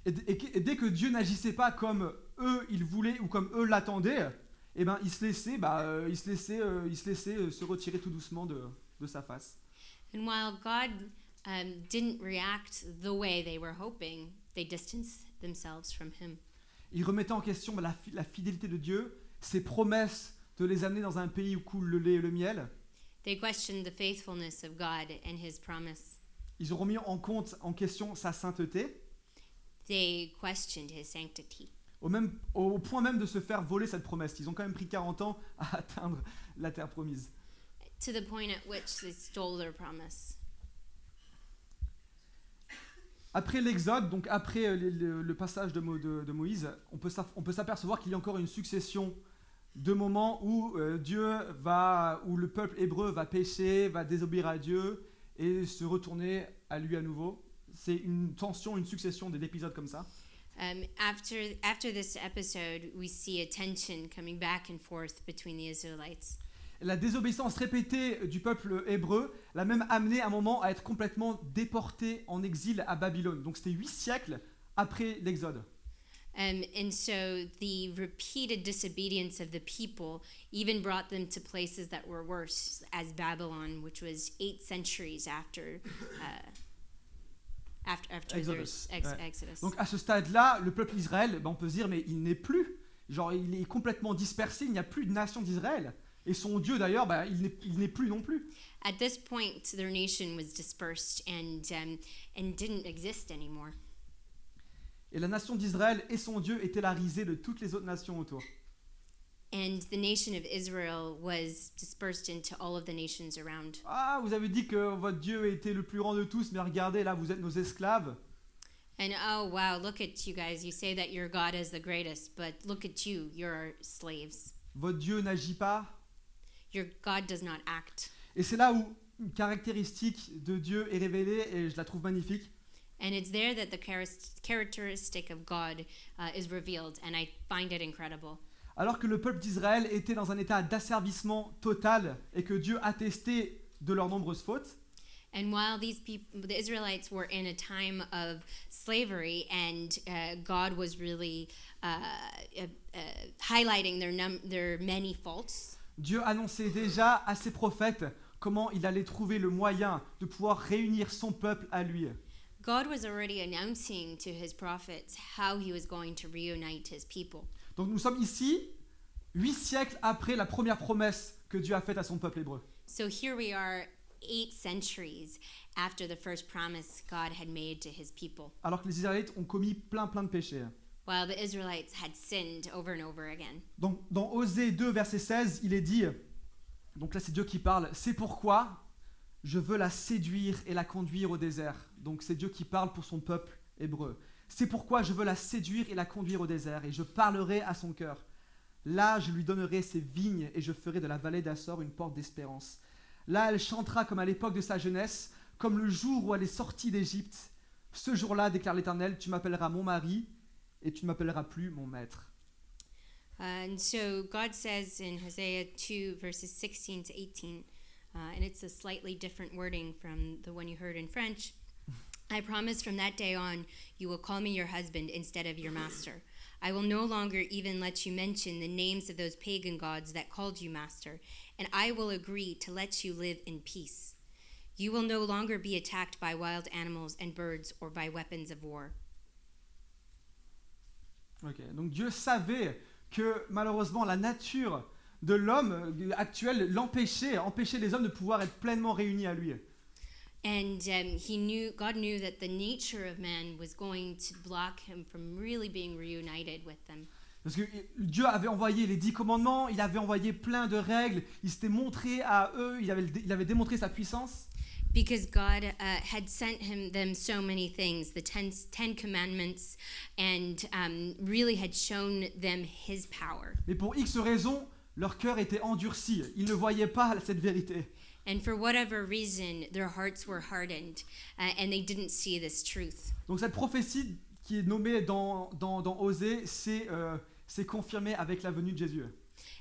B: Et, d- et que- et dès que Dieu n'agissait pas comme eux ils voulaient ou comme eux l'attendaient, eh ben ils se laissaient, bah, euh, ils se laissaient, euh, ils se, laissaient, euh, se retirer tout doucement de- de sa face.
A: And while God um, didn't react the way they were hoping, they distanced themselves from Him.
B: Il remettait en question bah, la, fi- la fidélité de Dieu, ses promesses de les amener dans un pays où coule le lait et le miel.
A: They questioned the faithfulness of God and His promise.
B: Ils ont remis en compte, en question sa sainteté.
A: They questioned His sanctity.
B: au, même, au point même de se faire voler cette promesse. Ils ont quand même pris 40 ans à atteindre la terre promise.
A: to the point at which they stole their promise.
B: Après l'Exode, donc après euh, le, le- le passage de, Mo- de- de Moïse, on peut s'aff- on peut s'apercevoir qu'il y a encore une succession de moments où euh, Dieu va, où le peuple hébreu va pécher, va désobéir à Dieu et se retourner à lui à nouveau. C'est une tension, une succession d'épisodes comme ça.
A: Um, after after this episode, we see a tension coming back and forth between the Israelites.
B: La désobéissance répétée du peuple hébreu l'a même amené à un moment à être complètement déporté en exil à Babylone. Donc c'était huit siècles après l'Exode.
A: Um, and so the repeated disobedience of the people even brought them to places that were worse, as Babylon, which was eight centuries after uh, after after
B: Exodus,
A: their ex-
B: ouais.
A: Exodus.
B: Donc à ce stade-là, le peuple d'Israël, ben, on peut se dire, mais il n'est plus. Genre, il est complètement dispersé, il n'y a plus de nation d'Israël. Et son Dieu, d'ailleurs, ben, il n'est- il n'est plus non plus.
A: At this point, their nation was dispersed and um, and didn't exist anymore.
B: Et la nation d'Israël et son Dieu étaient la risée de toutes les autres nations autour.
A: And the nation of Israel was dispersed into all of the nations around.
B: Ah, vous avez dit que votre Dieu était le plus grand de tous, mais regardez, là, vous êtes nos esclaves.
A: And oh, wow, look at you guys. You say that your God is the greatest, but look at you. You're our slaves.
B: Votre Dieu n'agit pas.
A: Your God does not act.
B: Et c'est là où une caractéristique de Dieu est révélée, et je la trouve magnifique.
A: And it's there that the charis- characteristic of God uh, is revealed, and I find it incredible.
B: Alors que le peuple d'Israël était dans un état d'asservissement total, et que Dieu attestait de leurs nombreuses fautes,
A: And while these people, the Israelites, were in a time of slavery, and uh, God was really uh, uh, uh, highlighting their num- their many faults.
B: Dieu annonçait déjà à ses prophètes comment il allait trouver le moyen de pouvoir réunir son peuple à lui.
A: God was already announcing to his prophets how he was going to reunite his people.
B: Donc nous sommes ici, huit siècles après la première promesse que Dieu a faite à son peuple hébreu.
A: So here we are, eight centuries after the first promise God had made to his people,
B: Alors que les Israélites ont commis plein plein de péchés.
A: while the Israelites had sinned over and over again.
B: Donc dans Osée 2, verset 16, il est dit, donc là c'est Dieu qui parle, c'est pourquoi je veux la séduire et la conduire au désert. Donc c'est Dieu qui parle pour son peuple hébreu. C'est pourquoi je veux la séduire et la conduire au désert, et je parlerai à son cœur. Là, je lui donnerai ses vignes, et je ferai de la vallée d'Assor une porte d'espérance. Là, elle chantera comme à l'époque de sa jeunesse, comme le jour où elle est sortie d'Égypte. Ce jour-là, déclare l'Éternel, tu m'appelleras mon mari, et tu ne m'appelleras plus mon maître.
A: Uh, And so God says in Hosea 2, verses 16 to 18, uh, and it's a slightly different wording from the one you heard in French. I promise from that day on, you will call me your husband instead of your master. I will no longer even let you mention the names of those pagan gods that called you master, and I will agree to let you live in peace. You will no longer be attacked by wild animals and birds or by weapons of war.
B: Ok, Donc Dieu savait que malheureusement la nature de l'homme euh, actuel l'empêchait, empêchait les hommes de pouvoir être pleinement réunis à lui.
A: And um, he knew God knew that the nature of man was going to block him from really being reunited with them.
B: Parce que euh, Dieu avait envoyé les dix commandements, il avait envoyé plein de règles, il s'était montré à eux, il avait, il avait démontré sa puissance.
A: Because God uh, had sent him them so many things, the ten, ten commandments, and um, really had shown them his power.
B: Mais pour X raisons, leur cœur était endurci, ils ne voyaient pas cette vérité.
A: And for whatever reason, their hearts were hardened, uh, and they didn't see this truth.
B: Donc cette prophétie qui est nommée dans, dans, dans Osée, c'est euh, c'est confirmé avec la venue de Jésus.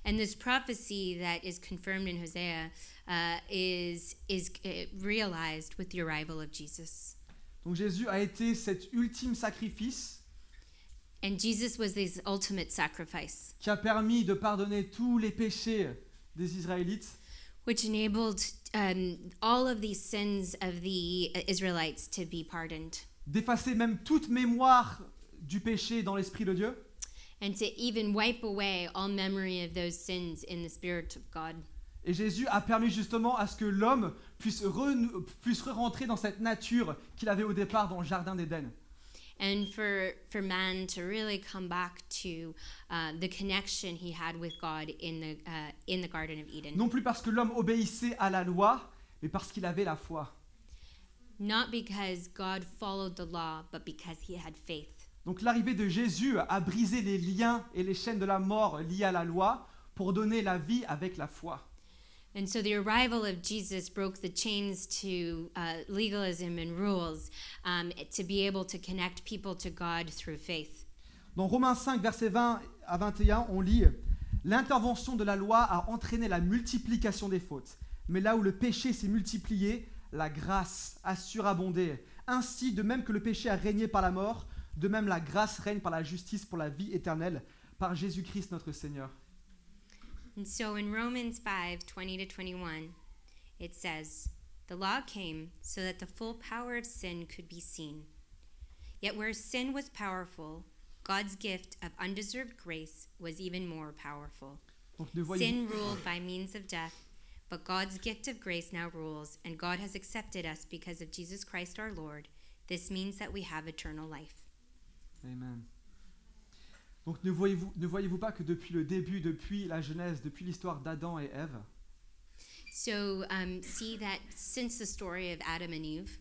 A: And this prophecy that is confirmed in Hosea uh, is is uh, realized with the arrival of Jesus.
B: Donc Jésus a été cet ultime sacrifice
A: And Jesus was this ultimate sacrifice,
B: qui a permis de pardonner tous les péchés des Israélites
A: which enabled um, all of these sins of the Israelites to be pardoned
B: d'effacer même toute mémoire du péché dans l'esprit de Dieu.
A: and to even wipe away all memory of those sins in the Spirit of God.
B: Et Jésus a permis justement à ce que l'homme puisse, re- puisse re-rentrer dans cette nature qu'il avait au départ dans le Jardin d'Éden.
A: and for for man to really come back to uh, the connection he had with God in the uh, in the Garden of Eden.
B: Non plus parce que l'homme obéissait à la loi, mais parce qu'il avait la foi.
A: Not because God followed the law, but because he had faith.
B: Donc l'arrivée de Jésus a brisé les liens et les chaînes de la mort liées à la loi pour donner la vie avec la foi.
A: And so the arrival of Jesus broke the chains to uh, legalism and rules um, to be able to connect people to God through faith.
B: Dans Romains 5, versets 20 à 21, on lit L'intervention de la loi a entraîné la multiplication des fautes. Mais là où le péché s'est multiplié, la grâce a surabondé. Ainsi, de même que le péché a régné par la mort, de même la grâce règne par la justice pour la vie éternelle, par Jésus-Christ notre Seigneur.
A: And so in Romans 5 20 to 21, it says, The law came so that the full power of sin could be seen. Yet where sin was powerful, God's gift of undeserved grace was even more powerful.
B: Donc ne voyez,
A: Sin ruled by means of death, but God's gift of grace now rules, and God has accepted us because of Jesus Christ our Lord. This means that we have eternal life.
B: Amen. Donc ne voyez-vous ne voyez-vous pas que depuis le début, depuis la Genèse, depuis l'histoire d'Adam et Ève,
A: So um, see that since the story of Adam and Eve,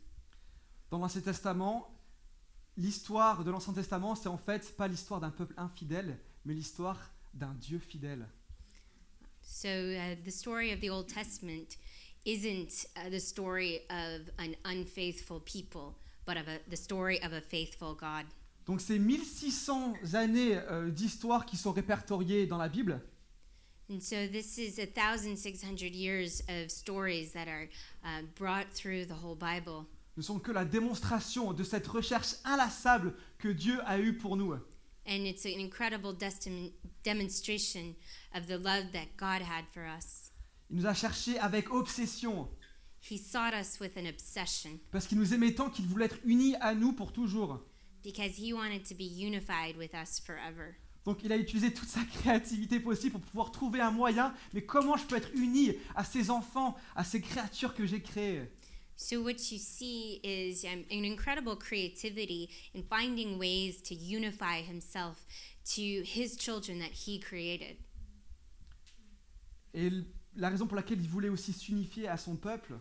B: dans l'Ancien Testament, l'histoire de l'Ancien Testament, c'est en fait pas l'histoire d'un peuple infidèle, mais l'histoire d'un Dieu fidèle.
A: so uh, the story of the Old Testament isn't uh, the story of an unfaithful people, but of a, the story of a faithful God.
B: Donc ces 1600 années euh, d'histoire qui sont répertoriées dans la Bible,
A: And so this is 1,600 years of stories that are uh, brought through the whole Bible.
B: ne sont que la démonstration de cette recherche inlassable que Dieu a eue pour nous.
A: And it's an incredible destim- demonstration of the love that God had for us.
B: Il nous a cherchés avec obsession,
A: He sought us with an obsession
B: parce qu'il nous aimait tant qu'il voulait être uni à nous pour toujours.
A: because he wanted to be unified with us forever.
B: Donc il a utilisé toute sa créativité possible pour pouvoir trouver un moyen, mais comment je peux être uni à ces enfants, à ces créatures que j'ai créées
A: So, what you see is um, an incredible creativity in finding ways to unify himself to his children that he created.
B: Et l- la raison pour laquelle il voulait aussi s'unifier à son peuple,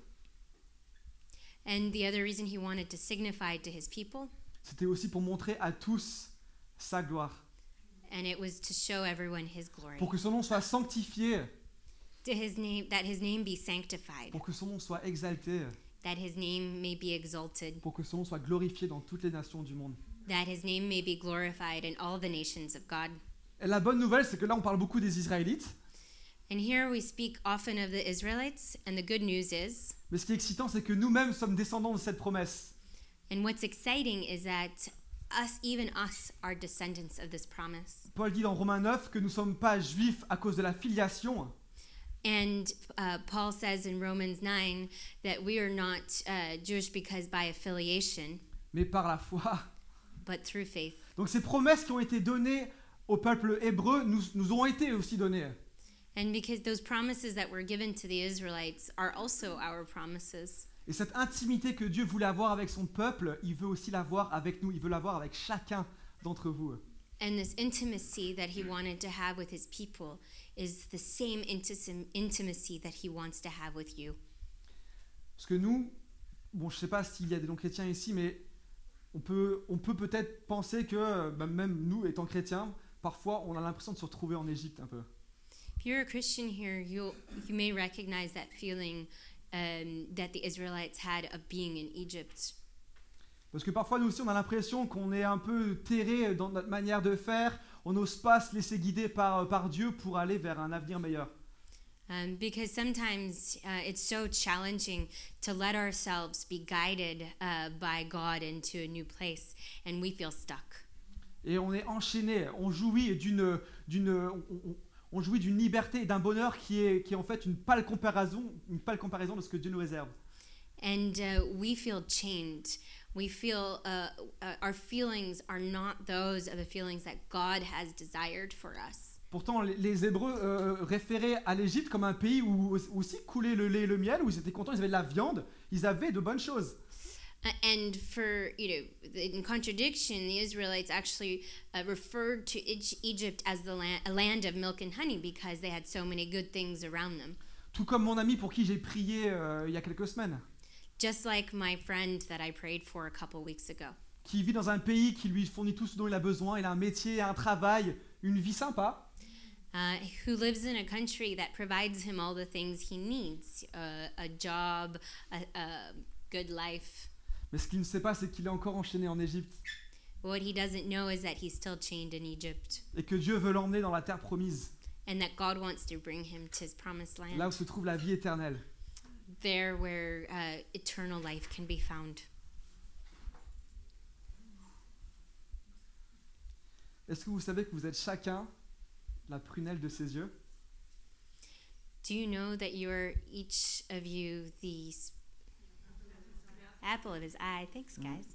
A: And the other reason he wanted to signify to his people,
B: c'était aussi pour montrer à tous sa gloire,
A: and it was to show everyone his glory,
B: pour que son nom soit sanctifié,
A: to his name, that his name be sanctified,
B: pour que son nom soit exalté,
A: that his name may be exalted.
B: pour que son nom soit glorifié dans toutes les nations du monde.
A: that his name may be glorified in all the nations of God.
B: Et la bonne nouvelle, c'est que là on parle beaucoup des Israélites,
A: And here we speak often of the Israelites, and the good news is,
B: mais ce qui est excitant, c'est que nous-mêmes sommes descendants de cette promesse.
A: and what's exciting is that us, even us, are descendants of this promise.
B: Paul dit dans Romains 9 que nous ne sommes pas juifs à cause de la filiation,
A: And uh, Paul says in Romans 9 that we are not uh, Jewish because by affiliation,
B: mais par la foi.
A: but through faith.
B: Donc ces promesses qui ont été données au peuple hébreu nous, nous ont été aussi données.
A: And because those promises that were given to the Israelites are also our promises.
B: Et cette intimité que Dieu voulait avoir avec son peuple, il veut aussi l'avoir avec nous, il veut l'avoir avec chacun d'entre vous.
A: And this intimacy that he wanted to have with his people is the same intis- intimacy that he wants to have with you.
B: Parce que nous, bon, je sais pas s'il y a des non-chrétiens ici, mais on peut on peut peut-être penser que, euh, bah, même nous, étant chrétiens, parfois on a l'impression de se retrouver en Égypte un peu.
A: If you're a Christian here, you you may recognize that feeling um, that the Israelites had of being in Egypt,
B: Parce que parfois, nous aussi, on a l'impression qu'on est un peu terré dans notre manière de faire, on n'ose pas se laisser guider par, par Dieu pour aller vers un avenir meilleur.
A: um, because sometimes uh, it's so challenging to let ourselves be guided uh, by God into a new place, and we feel stuck.
B: Et on est enchaîné, on jouit d'une, d'une, on, on- on jouit d'une liberté et d'un bonheur qui est, qui est en fait une pâle comparaison, une pâle comparaison de ce que Dieu nous réserve.
A: and uh, we feel chained. We feel uh, uh, our feelings are not those of the feelings that God has desired for us.
B: Pourtant, les- les Hébreux euh, référaient à l'Égypte comme un pays où où aussi coulait le lait et le miel, où ils étaient contents, ils avaient de la viande, ils avaient de bonnes choses.
A: Uh, and for you know, in contradiction, the Israelites actually uh, referred to Eg- Egypt as the land, a land of milk and honey because they had so many good things around them.
B: Tout comme mon ami pour qui j'ai prié euh, il y a quelques semaines,
A: Just like my friend that I prayed for a couple weeks ago,
B: qui vit dans un pays qui lui fournit tout ce dont il a besoin. Il a un métier, un travail, une vie sympa.
A: uh, who lives in a country that provides him all the things he needs uh, a job, a, a good life.
B: Mais ce qu'il ne sait pas, c'est qu'il est encore enchaîné en Égypte
A: What he doesn't know is that he's still chained in Egypt
B: et que Dieu veut l'emmener dans la terre promise,
A: and that God wants to bring him to his promised land,
B: là où se trouve la vie éternelle.
A: there where uh, eternal life can be found.
B: Est-ce que vous savez que vous êtes chacun la prunelle de ses yeux
A: Do you know that you are each of you the s- apple of his eye? Thanks, guys.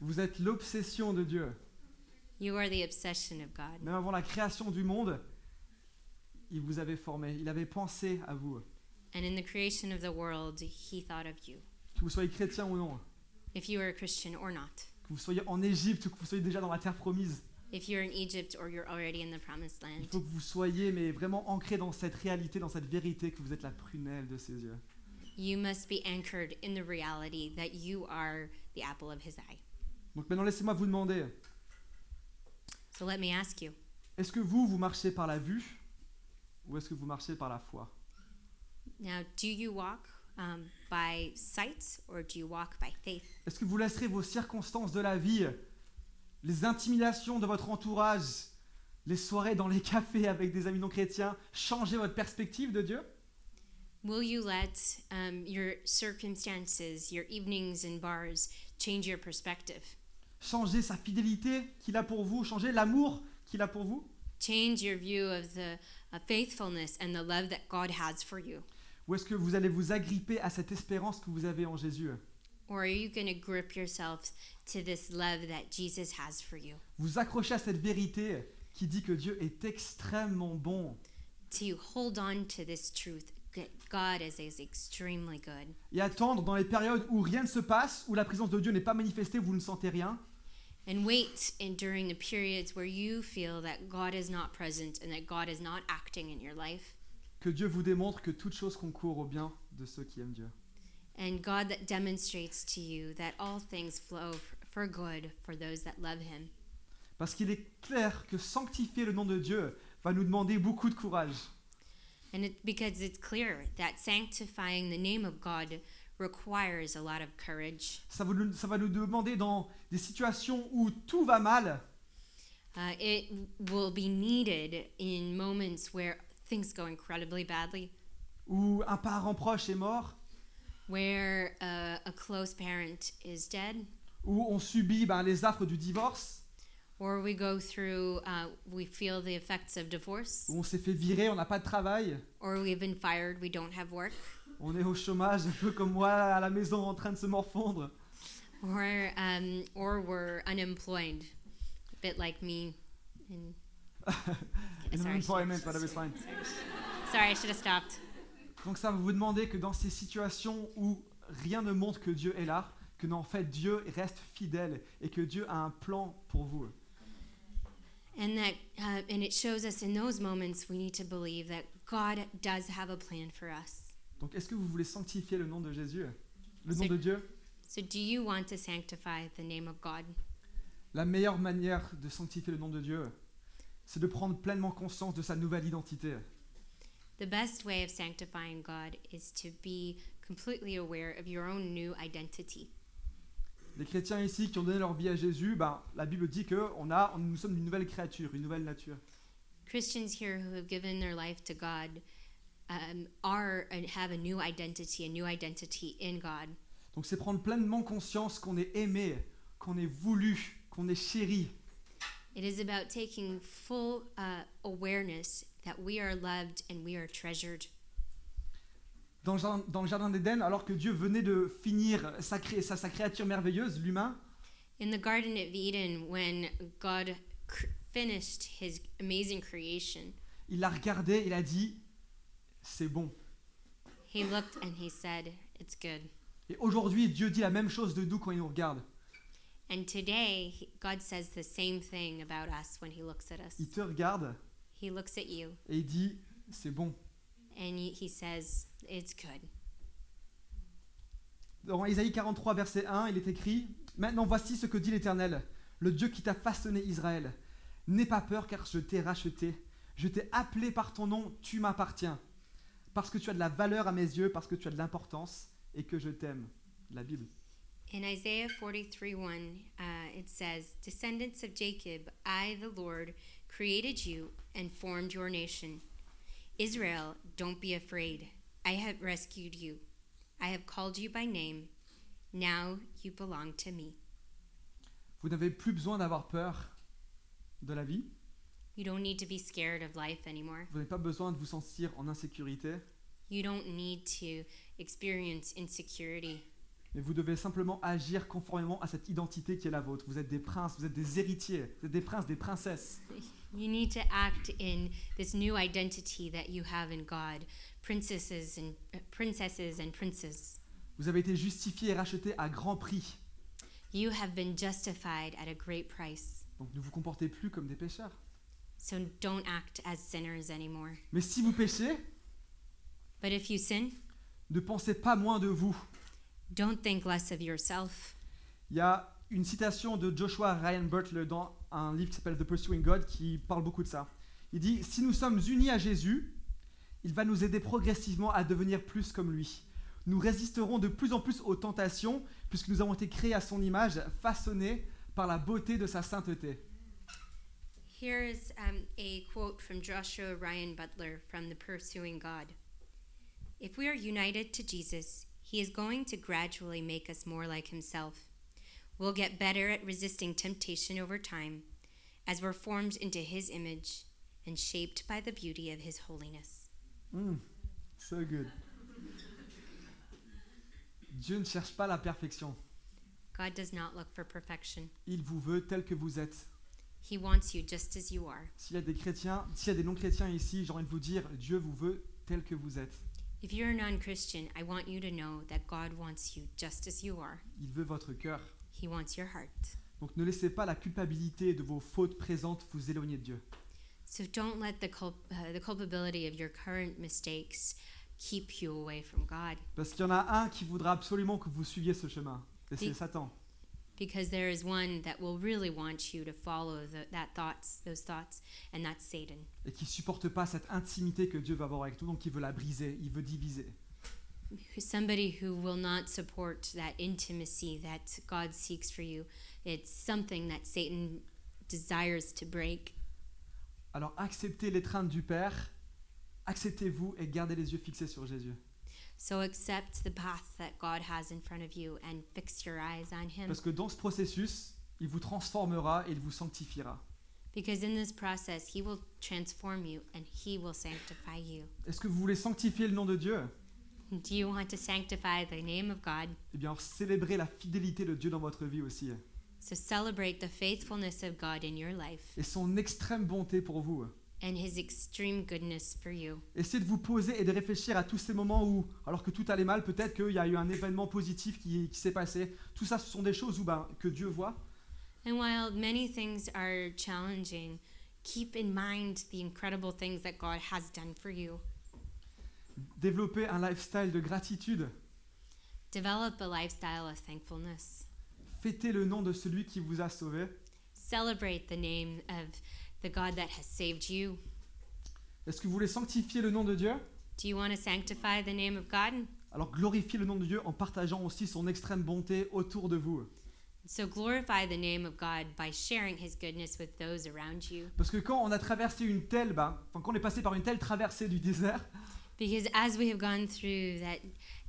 B: Vous êtes l'obsession de Dieu.
A: You are the obsession of God.
B: Même avant la création du monde, il vous avait formé, il avait pensé à vous.
A: And in the creation of the world, he thought of you,
B: Que vous soyez chrétien ou non,
A: if you are a Christian or not,
B: que vous soyez en Égypte ou que vous soyez déjà dans la terre promise,
A: if you're in Egypt or you're already in the promised
B: il
A: land.
B: faut que vous soyez mais vraiment ancré dans cette réalité, dans cette vérité que vous êtes la prunelle de ses yeux.
A: You must be anchored in the reality that you are the apple of his eye.
B: Donc maintenant laissez-moi vous demander,
A: So let me ask you
B: est-ce que vous, vous marchez par la vue ou est-ce que vous marchez par la foi
A: now, do you walk um, by sight or do you walk by faith?
B: Est-ce que vous laisserez vos circonstances de la vie, les intimidations de votre entourage, les soirées dans les cafés avec des amis non chrétiens changer votre perspective de Dieu
A: Will you let um, your circumstances, your evenings in bars, change your perspective?
B: Changer sa fidélité qu'il a pour vous, changer l'amour qu'il a pour vous
A: Change your view of the uh, faithfulness and the love that God has for you?
B: Ou est-ce que vous allez vous agripper à cette espérance que vous avez en Jésus
A: Or are you going to grip yourself to this love that Jesus has for you?
B: Vous accrocher à cette vérité qui dit que Dieu est extrêmement bon
A: To hold on to this truth that God is, is extremely good
B: et attendre dans les périodes où rien ne se passe, où la présence de Dieu n'est pas manifestée, vous ne sentez rien,
A: and wait and during the periods where you feel that God is not present and that God is not acting in your life
B: que Dieu vous démontre que toute chose concourt au bien de ceux qui aiment Dieu.
A: and God that demonstrates to you that all things flow f- for good for those that love him
B: Parce qu'il est clair que sanctifier le nom de Dieu va nous demander beaucoup de courage.
A: and it because it's clear that sanctifying the name of God requires a lot of courage
B: Ça, va nous- ça va nous demander dans des situations où tout va mal,
A: Uh, it will be needed in moments where things go incredibly badly,
B: où un parent proche est mort,
A: where uh, a close parent is dead,
B: où on subit ben, les affres du divorce,
A: or we go through, uh, we feel the effects of divorce,
B: où on s'est fait virer, on n'a pas de travail,
A: or we've been fired, we don't have work,
B: on est au chômage, un peu comme moi à la maison en train de se morfondre.
A: or, um, or we're unemployed, a bit like me. And,
B: In
A: sorry, I should-
B: unemployment, whatever it's fine.
A: sorry, I should have stopped.
B: Donc ça va vous demander que dans ces situations où rien ne montre que Dieu est là, que non, en fait Dieu reste fidèle et que Dieu a un plan pour vous.
A: And that, uh, and it shows us in those moments we need to believe that God does have a plan for us.
B: Donc, est-ce que vous voulez sanctifier le nom de Jésus Le nom
A: C'est-
B: de Dieu
A: So, do you want to sanctify the name of God?
B: La meilleure manière de sanctifier le nom de Dieu, c'est de prendre pleinement conscience de sa nouvelle identité.
A: The best way of sanctifying God is to be completely aware of your own new identity.
B: Les chrétiens ici qui ont donné leur vie à Jésus, ben, la Bible dit que on a, nous sommes une nouvelle créature, une nouvelle nature.
A: Christians here who have given their life to God um, are and have a new identity, a new identity in God.
B: Donc, c'est prendre pleinement conscience qu'on est aimé, qu'on est voulu, qu'on est chéri.
A: It is about taking full uh, awareness that we are loved and we are treasured.
B: Dans le jardin, dans le jardin d'Éden, alors que Dieu venait de finir sa, cré- sa- sa créature merveilleuse, l'humain,
A: In the Garden of Eden, when God cr- finished his amazing creation,
B: il l'a regardé, il a dit, c'est bon.
A: he looked and he said, It's good.
B: Et aujourd'hui, Dieu dit la même chose de nous quand il nous regarde.
A: And today, he- God says the same thing about us when He looks at us.
B: Il te regarde
A: He looks at you
B: et il dit, c'est bon.
A: and He, he says, It's good.
B: Dans Isaïe 43, verset 1, il est écrit Maintenant voici ce que dit l'Éternel, le Dieu qui t'a façonné Israël. N'aie pas peur car je t'ai racheté. Je t'ai appelé par ton nom, tu m'appartiens. Parce que tu as de la valeur à mes yeux, parce que tu as de l'importance et que je t'aime. La Bible.
A: In Isaiah 43 1, uh, it says, Descendants of Jacob, I, the Lord, created you and formed your nation. Israel, don't be afraid. I have rescued you. I have called you by name. Now you belong to me.
B: Vous n'avez plus besoin d'avoir peur de la vie.
A: You don't need to be scared of life anymore.
B: Vous n'avez pas besoin de vous sentir en insécurité.
A: You don't need to experience insecurity.
B: Mais vous devez simplement agir conformément à cette identité qui est la vôtre. Vous êtes des princes, vous êtes des héritiers, vous êtes des princes, des princesses.
A: You need to act in this new identity that you have in God, princesses and uh, princesses and princes.
B: Vous avez été justifiés et rachetés à grand prix.
A: You have been justified at a great price.
B: Donc ne vous comportez plus comme des pécheurs.
A: So don't act as sinners anymore.
B: Mais si vous péchez,
A: But if you sin,
B: ne pensez pas moins de vous.
A: don't think less of yourself.
B: Il y a une citation de Joshua Ryan Butler dans un livre qui s'appelle The Pursuing God qui parle beaucoup de ça. Il dit Si nous sommes unis à Jésus, il va nous aider progressivement à devenir plus comme lui. Nous résisterons de plus en plus aux tentations puisque nous avons été créés à son image, façonnés par la beauté de sa sainteté.
A: Here is um, a quote from Joshua Ryan Butler from The Pursuing God. If we are united to Jesus, he is going to gradually make us more like himself. We'll get better at resisting temptation over time as we're formed into his image and shaped by the beauty of his holiness.
B: Hmm, so good. Dieu ne cherche pas la perfection.
A: God does not look for perfection,
B: Il vous veut tel que vous êtes.
A: he wants you just as you are.
B: S'il y a des chrétiens, s'il y a des non-chrétiens ici, j'ai envie de vous dire, Dieu vous veut tel que vous êtes.
A: If you're a non Christian, I want you to know that God wants you just as you are,
B: Il veut votre cœur.
A: he wants your heart.
B: Donc ne laissez pas la culpabilité de vos fautes présentes vous éloigner de Dieu.
A: So don't let the, culp- uh, the culpability of your current mistakes keep you away from God,
B: Parce qu'il y en a un qui voudra absolument que vous suiviez ce chemin. Et c'est
A: Oui.
B: Satan.
A: because there is one that will really want you to follow the, that thoughts, those thoughts, and that's Satan.
B: Et qui supporte pas cette intimité que Dieu va avoir avec nous. Donc il veut la briser, il veut diviser.
A: Who's Somebody who will not support that intimacy that God seeks for you. It's something that Satan desires to break.
B: Alors acceptez l'étreinte du Père. Acceptez-vous et gardez les yeux fixés sur Jésus.
A: So accept the path that God has in front of you and fix your eyes on Him.
B: Parce que dans ce processus, il vous transformera et il vous sanctifiera.
A: Because in this process, He will transform you and He will sanctify you.
B: Est-ce que vous voulez sanctifier le nom de Dieu
A: Do you want to sanctify the name of God?
B: Eh bien, célébrez la fidélité de Dieu dans votre vie aussi.
A: So celebrate the faithfulness of God in your life
B: Et son extrême bonté pour vous.
A: and his extreme goodness for you.
B: Essayez de vous poser et de réfléchir à tous ces moments où, alors que tout allait mal, peut-être qu'il y a eu un événement positif qui, qui s'est passé. Tout ça, ce sont des choses où, ben, que Dieu voit.
A: And while many things are challenging, keep in mind the incredible things that God has done for you.
B: Développer un lifestyle de gratitude.
A: Develop a lifestyle of thankfulness.
B: Fêtez le nom de celui qui vous a sauvé.
A: Celebrate the name of the God that has saved you.
B: Est-ce que vous voulez sanctifier le nom de Dieu
A: Do you want to sanctify the name of God?
B: Alors glorifiez le nom de Dieu en partageant aussi son extrême bonté autour de vous.
A: So glorify the name of God by sharing his goodness with those around you.
B: Parce que quand on a traversé une telle, ben, enfin quand on est passé par une telle traversée du désert,
A: Because as we have gone through that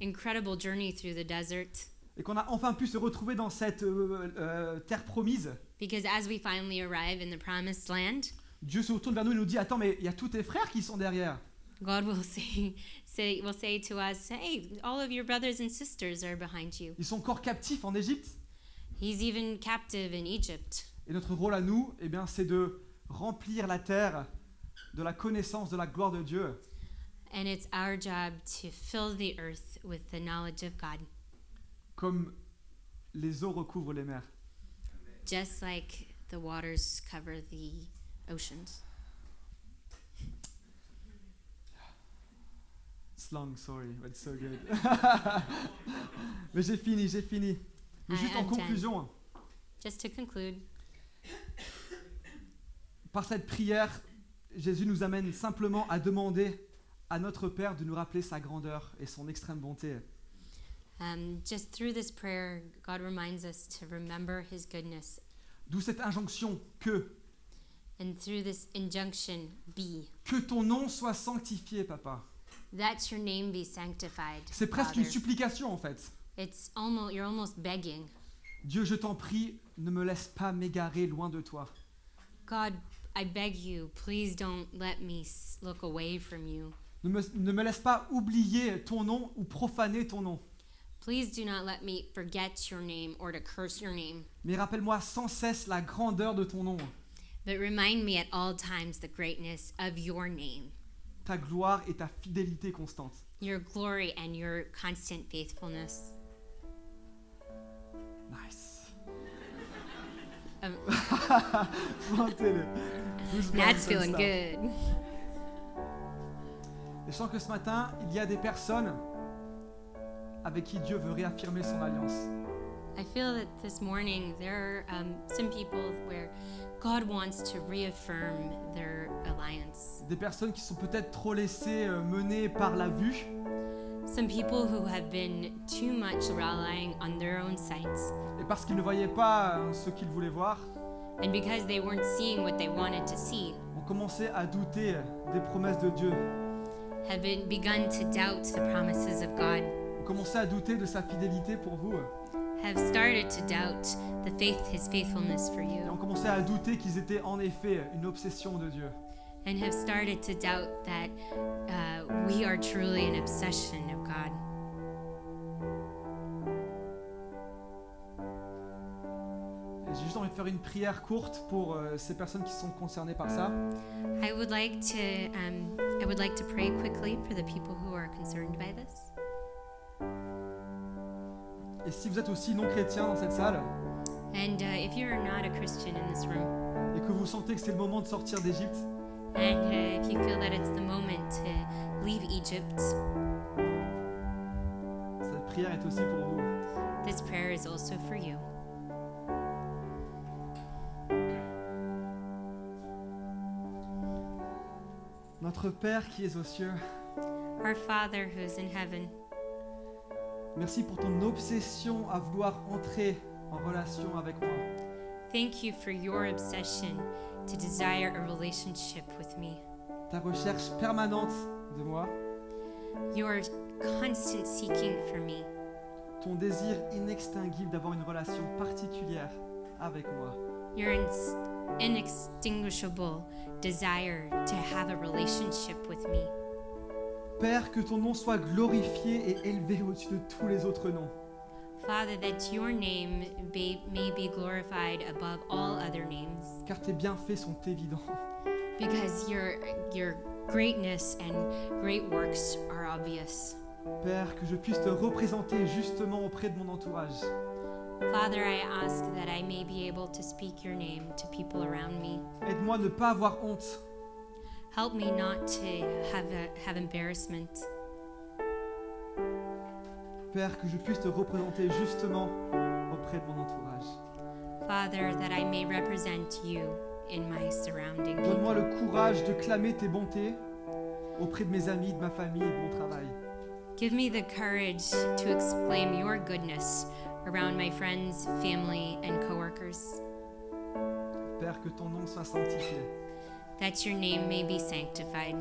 A: incredible journey through the desert,
B: et qu'on a enfin pu se retrouver dans cette euh, euh, terre promise,
A: because as we finally arrive in the promised land,
B: Dieu se retourne vers nous et nous dit Attends, mais il y a tous tes frères qui sont derrière.
A: God will say, say will say to us, "Hey, all of your brothers and sisters are behind you."
B: Ils sont encore captifs en Égypte.
A: He's even captive in Egypt.
B: Et notre rôle à nous, eh bien, c'est de remplir la terre de la connaissance de la gloire de Dieu.
A: And it's our job to fill the earth with the knowledge of God.
B: comme les eaux recouvrent les mers.
A: just like the waters cover the oceans.
B: It's long, sorry, but it's so good. Mais j'ai fini, j'ai fini. Mais
A: I
B: juste en
A: am done.
B: conclusion,
A: Just to conclude,
B: par cette prière, Jésus nous amène simplement à demander à notre Père de nous rappeler sa grandeur et son extrême bonté.
A: um, just through this prayer, God reminds us to remember His goodness,
B: D'où cette injonction que
A: and through this injunction, be
B: que ton nom soit sanctifié, papa.
A: that your name be sanctified.
B: C'est presque une
A: Father.
B: supplication en fait.
A: It's almost you're almost begging
B: Dieu, je t'en prie, ne me laisse pas m'égarer loin de toi.
A: God. I beg you, please don't let me s- look away from you.
B: Ne me, ne me laisse pas oublier ton nom ou profaner ton nom.
A: Please do not let me forget your name or to curse your name,
B: Mais rappelle-moi sans cesse la grandeur de ton nom,
A: but remind me at all times the greatness of your name.
B: ta gloire et ta fidélité constante.
A: your glory and your constant faithfulness.
B: Nice.
A: Um,
B: Plantez-le. Doucement,
A: Nat's
B: comme
A: feeling
B: ça.
A: good.
B: Et je sens que ce matin, il y a des personnes avec qui Dieu veut réaffirmer son alliance.
A: I feel that this morning there are um, some people where God wants to reaffirm their alliance.
B: Des personnes qui sont peut-être trop laissées euh, mener par la vue,
A: Some people who have been too much relying on their own sights,
B: et parce qu'ils ne voyaient pas euh, ce qu'ils voulaient voir,
A: and because they weren't seeing what they wanted to see,
B: ont commencé à douter des promesses de Dieu,
A: have been begun to doubt the promises of God,
B: ont commencé à douter de sa fidélité pour vous,
A: have started to doubt the faith, His faithfulness for
B: et ont
A: you,
B: commencé à douter qu'ils étaient en effet une obsession de Dieu.
A: and have started to doubt that uh, we are truly an obsession of God.
B: Et J'ai juste envie de faire une prière courte pour euh, ces personnes qui sont concernées par ça.
A: I would like to um, I would like to pray quickly for the people who are concerned by this.
B: Et si vous êtes aussi non chrétien dans cette salle,
A: And uh, if you are not a Christian in this room,
B: et que vous sentez que c'est le moment de sortir d'Égypte,
A: and uh, if you feel that it's the moment to leave Egypt,
B: cette prière est aussi pour vous.
A: this prayer is also for you.
B: Notre Père qui es aux cieux,
A: Our Father who is in heaven,
B: merci pour ton obsession à vouloir entrer en relation avec moi.
A: thank you for your obsession to desire a relationship with me.
B: Ta recherche permanente de moi,
A: Your constant seeking for me,
B: ton désir inextinguible d'avoir une relation particulière avec moi.
A: your ins- inextinguishable desire to have a relationship with me.
B: Père, que ton nom soit glorifié et élevé au-dessus de tous les autres noms.
A: Father, that your name be, may be glorified above all other names,
B: car tes bienfaits sont évidents.
A: because your your greatness and great works are obvious.
B: Père, que je puisse te représenter justement auprès de mon entourage,
A: Father, I ask that I may be able to speak your name to people around me.
B: Aide-moi à ne pas avoir honte,
A: Help me not to have a, have embarrassment.
B: Père, que je puisse te représenter justement auprès de mon entourage.
A: Father, that I may represent you in my surrounding. people.
B: Donne-moi le courage de clamer tes bontés auprès de mes amis, de ma famille et de mon travail.
A: Give me the courage to exclaim your goodness around my friends, family, and coworkers,
B: Père, que ton nom soit sanctifié.
A: that your name may be sanctified.